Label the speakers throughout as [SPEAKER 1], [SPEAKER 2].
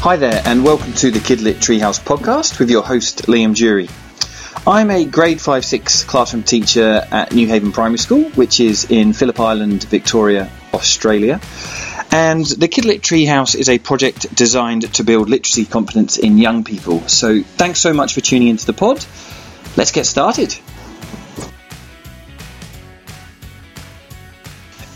[SPEAKER 1] Hi there, and welcome to the Kidlit Treehouse podcast with your host Liam Jury. I'm a grade 5 6 classroom teacher at New Haven Primary School, which is in Phillip Island, Victoria, Australia. And the Kidlit Treehouse is a project designed to build literacy competence in young people. So thanks so much for tuning into the pod. Let's get started.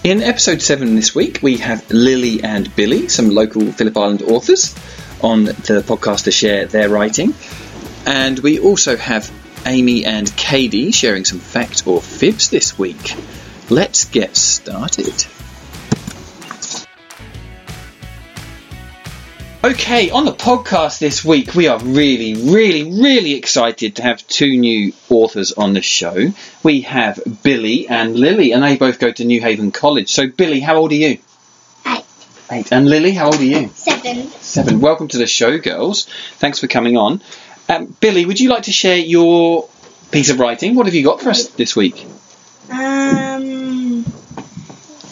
[SPEAKER 1] In episode 7 this week, we have Lily and Billy, some local Phillip Island authors, on the podcast to share their writing. And we also have Amy and Katie sharing some fact or fibs this week. Let's get started. Okay, on the podcast this week, we are really, really, really excited to have two new authors on the show. We have Billy and Lily, and they both go to New Haven College. So, Billy, how old are you?
[SPEAKER 2] Eight.
[SPEAKER 1] Eight. And Lily, how old are you?
[SPEAKER 2] Seven.
[SPEAKER 1] Seven. Welcome to the show, girls. Thanks for coming on. Um, Billy, would you like to share your piece of writing? What have you got for us this week?
[SPEAKER 2] Um,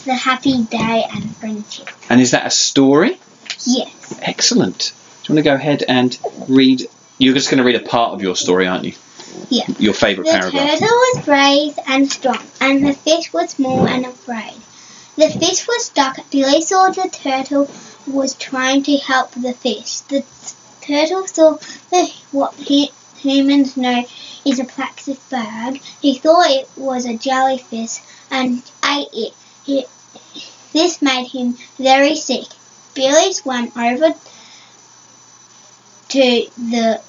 [SPEAKER 2] the happy day and friendship.
[SPEAKER 1] And is that a story?
[SPEAKER 2] Yes.
[SPEAKER 1] Excellent. Do you want to go ahead and read? You're just going to read a part of your story, aren't you?
[SPEAKER 2] Yeah.
[SPEAKER 1] Your favourite
[SPEAKER 2] The
[SPEAKER 1] paragraph.
[SPEAKER 2] turtle was brave and strong, and the fish was small and afraid. The fish was stuck. Billy saw the turtle was trying to help the fish. The turtle saw the, what he, humans know is a plastic bag. He thought it was a jellyfish and ate it. He, this made him very sick. Billy's went over to the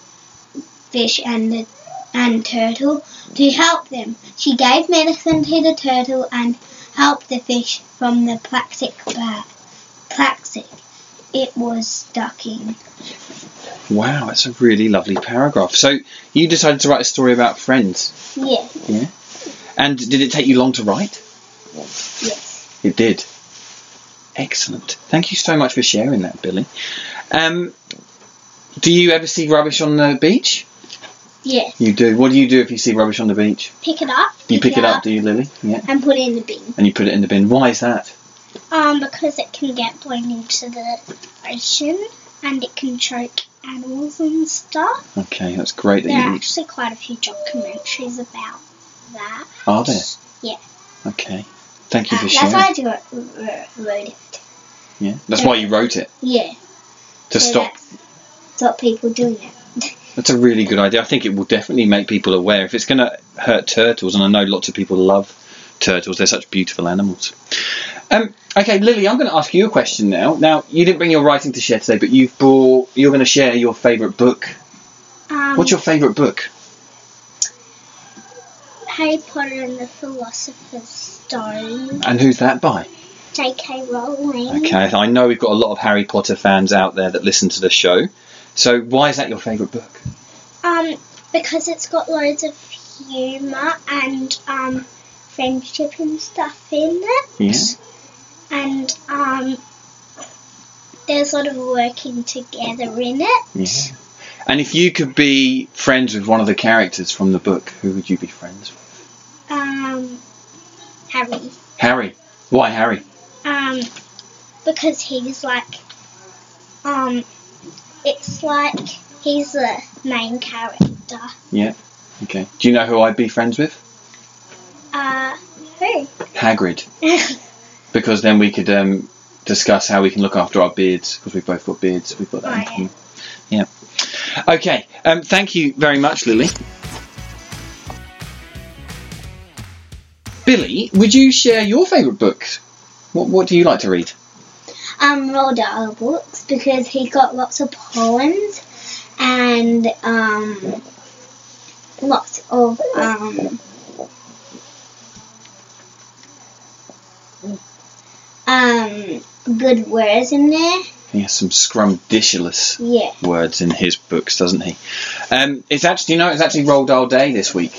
[SPEAKER 2] fish and the and turtle to help them. She gave medicine to the turtle and helped the fish from the plastic bag. Plastic it was stuck in.
[SPEAKER 1] Wow, that's a really lovely paragraph. So you decided to write a story about friends,
[SPEAKER 2] Yes,
[SPEAKER 1] yeah? And did it take you long to write?
[SPEAKER 2] yes.
[SPEAKER 1] It did. Excellent. Thank you so much for sharing that, Billy. Um, do you ever see rubbish on the beach?
[SPEAKER 2] Yes.
[SPEAKER 1] You do. What do you do if you see rubbish on the beach?
[SPEAKER 2] Pick it up.
[SPEAKER 1] Do you pick it up, do you, Lily? Yeah.
[SPEAKER 2] and put it in the bin.
[SPEAKER 1] And you put it in the bin. Why is that?
[SPEAKER 2] Um, because it can get blown into the ocean and it can choke animals and stuff.
[SPEAKER 1] Okay, that's great that
[SPEAKER 2] There are
[SPEAKER 1] you.
[SPEAKER 2] actually quite a few documentaries about that.
[SPEAKER 1] Are there?
[SPEAKER 2] Yeah.
[SPEAKER 1] Okay. Thank you
[SPEAKER 2] Uh,
[SPEAKER 1] for
[SPEAKER 2] that's
[SPEAKER 1] sharing.
[SPEAKER 2] why I do Uh, it, wrote wrote it.
[SPEAKER 1] yeah. That's why you wrote it
[SPEAKER 2] Yeah.
[SPEAKER 1] to
[SPEAKER 2] So
[SPEAKER 1] stop.
[SPEAKER 2] that's- Stop people doing it.
[SPEAKER 1] That's a really good idea. I think it will definitely make people aware. If it's going to hurt turtles, and I know lots of people love turtles, they're such beautiful animals. Um, okay, Lily, I'm going to ask you a question now. Now, you didn't bring your writing to share today, but you've brought. You're going to share your favourite book.
[SPEAKER 2] Um,
[SPEAKER 1] What's your favourite book?
[SPEAKER 2] Harry Potter and the Philosopher's Stone?
[SPEAKER 1] And who's that by?
[SPEAKER 2] J.K. Rowling.
[SPEAKER 1] Okay, I know we've got a lot of Harry Potter fans out there that listen to the show. So, why is that your favourite book?
[SPEAKER 2] Um, because it's got loads of humour and um, friendship and stuff in it.
[SPEAKER 1] Yeah.
[SPEAKER 2] And um, they're sort of working together in it.
[SPEAKER 1] Yeah. And if you could be friends with one of the characters from the book, who would you be friends with?
[SPEAKER 2] Um, Harry.
[SPEAKER 1] Harry. Why Harry?
[SPEAKER 2] Um, because he's like, um, it's like he's the main character.
[SPEAKER 1] Yeah. Okay. Do you know who I'd be friends with?
[SPEAKER 2] Uh, who?
[SPEAKER 1] Hagrid. Because then we could um, discuss how we can look after our beards, because we've both got beards. We've got that in
[SPEAKER 2] Right.
[SPEAKER 1] common. Yeah. Okay. Um, thank you very much, Lily. Billy, would you share your favourite books? What, what do you like to read?
[SPEAKER 2] um, Roald Dahl books because he got lots of poems and um, lots of um, um, good words in there.
[SPEAKER 1] He has some scrumditious
[SPEAKER 2] Yeah.
[SPEAKER 1] words in his books, doesn't he? Um, it's actually, you know, it's actually Roald Dahl Day this week.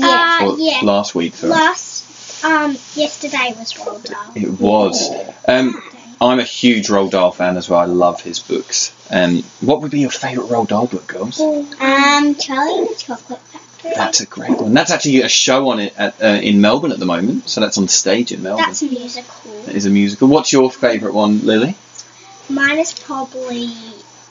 [SPEAKER 2] Uh, Yeah.
[SPEAKER 1] Or Last week, sorry.
[SPEAKER 2] Last um yesterday was Roald Dahl.
[SPEAKER 1] It was. Um, I'm a huge Roald Dahl fan as well. I love his books. Um, what would be your favourite Roald Dahl book, girls?
[SPEAKER 2] Um, Charlie and the Chocolate Factory.
[SPEAKER 1] That's a great one. That's actually a show on it at, uh, in Melbourne at the moment. So that's on stage in Melbourne.
[SPEAKER 2] That's a musical.
[SPEAKER 1] That is a musical. What's your favourite one, Lily?
[SPEAKER 2] Mine is probably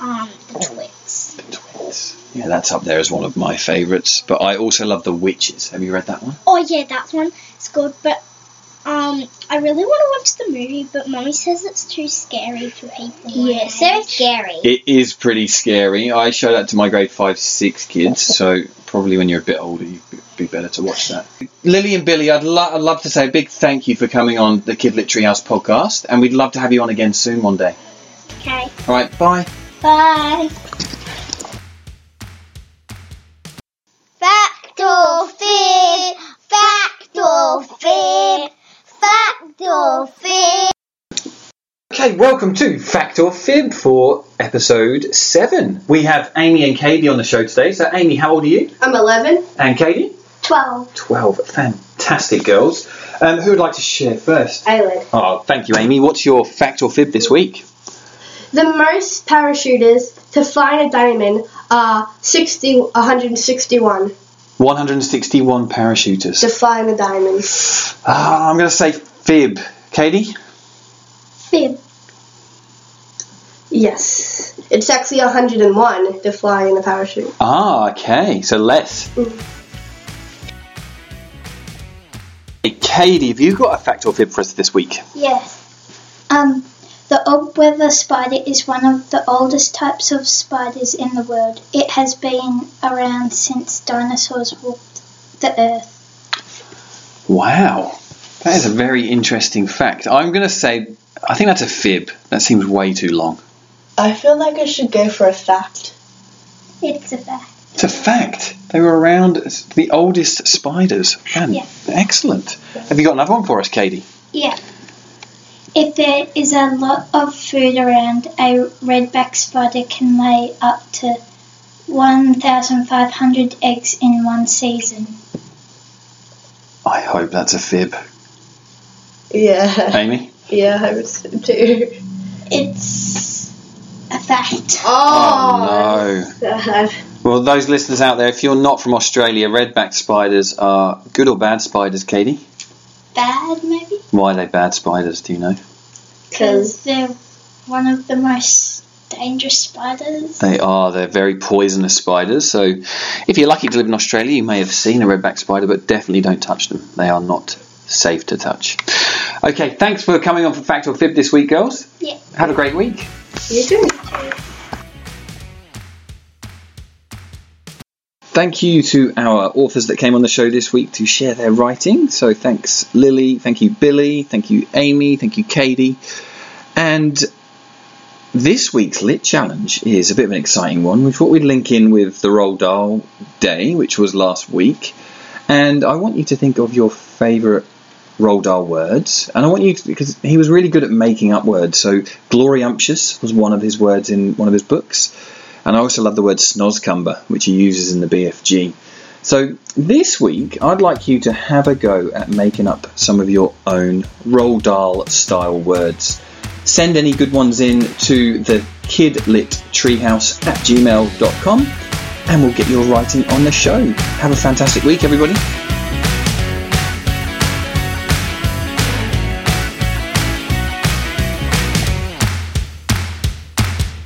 [SPEAKER 2] um, the Twix.
[SPEAKER 1] Twins. Yeah, that's up there as one of my favourites. But I also love The Witches. Have you read that one?
[SPEAKER 2] Oh yeah, that one is good. But um, I really want to watch the movie, but Mummy says it's too scary for people. Yeah, so scary.
[SPEAKER 1] It is pretty scary. I show that to my grade five, six kids. So probably when you're a bit older, you'd be- be better to watch that. Lily and Billy, I'd, lo- I'd love to say a big thank you for coming on the Kid Literary House podcast, and we'd love to have you on again soon one day.
[SPEAKER 2] Okay,
[SPEAKER 1] All right, bye.
[SPEAKER 2] bye. Factor fear, factor fear, factor fear.
[SPEAKER 1] Okay, welcome to Fact or Fib for episode seven. We have Amy and Katie on the show today. So, Amy, how old are you?
[SPEAKER 3] I'm 11.
[SPEAKER 1] And Katie?
[SPEAKER 2] Twelve.
[SPEAKER 1] 12. Fantastic girls. Um, who would like to share first?
[SPEAKER 3] Aylid.
[SPEAKER 1] Oh, thank you, Amy. What's your fact or fib this week?
[SPEAKER 3] The most parachuters to fly in a diamond are 60, 161
[SPEAKER 1] 161 parachuters.
[SPEAKER 3] to fly in a diamond.
[SPEAKER 1] Ah, I'm going to say fib. Katie?
[SPEAKER 2] Fib.
[SPEAKER 3] Yes. It's actually 101 to fly in a parachute.
[SPEAKER 1] Ah, okay. So less. Hey, Katie, have you got a fact or fib for us this week?
[SPEAKER 2] Yes. Um, the old weather spider is one of the oldest types of spiders in the world. It has been around since dinosaurs walked the earth.
[SPEAKER 1] Wow. That is a very interesting fact. I'm going to say, I think that's a fib. That seems way too long.
[SPEAKER 4] I feel like I should go for a fact.
[SPEAKER 2] It's a fact.
[SPEAKER 1] It's a fact. They were around it's the oldest spiders. Man,
[SPEAKER 2] Yeah.
[SPEAKER 1] excellent. Have you got another one for us, Katie?
[SPEAKER 2] Yeah. If there is a lot of food around, a redback spider can lay up to 1,500 eggs in one season.
[SPEAKER 1] I hope that's a fib.
[SPEAKER 4] Yeah.
[SPEAKER 1] Amy?
[SPEAKER 4] Yeah, I would say too.
[SPEAKER 2] It's a fact.
[SPEAKER 1] Oh,
[SPEAKER 4] Sad.
[SPEAKER 1] Well, those listeners out there, if you're not from Australia, redback spiders are good or bad spiders, Katie?
[SPEAKER 2] Bad, maybe?
[SPEAKER 1] Why are they bad spiders, do you know?
[SPEAKER 2] Because they're one of the most dangerous spiders.
[SPEAKER 1] They are. They're very poisonous spiders. So, if you're lucky to live in Australia, you may have seen a redback spider, but definitely don't touch them. They are not safe to touch. Okay, thanks for coming on for Fact or Fib this week, girls.
[SPEAKER 2] Yeah.
[SPEAKER 1] Have a great week.
[SPEAKER 4] You too.
[SPEAKER 1] Thank you to our authors that came on the show this week to share their writing. So, thanks Lily, thank you Billy, thank you Amy, thank you Katie. And this week's Lit Challenge is a bit of an exciting one. We thought we'd link in with the Roald Dahl Day, which was last week. And I want you to think of your favourite Roald Dahl words. And I want you to, because he was really good at making up words. So, gloriumptious was one of his words in one of his books. And I also love the word snozcumber, which he uses in the BFG. So, this week, I'd like you to have a go at making up some of your own Roald Dahl style words send any good ones in to the kidlittreehouse at gmail.com and we'll get your writing on the show. Have a fantastic week, everybody.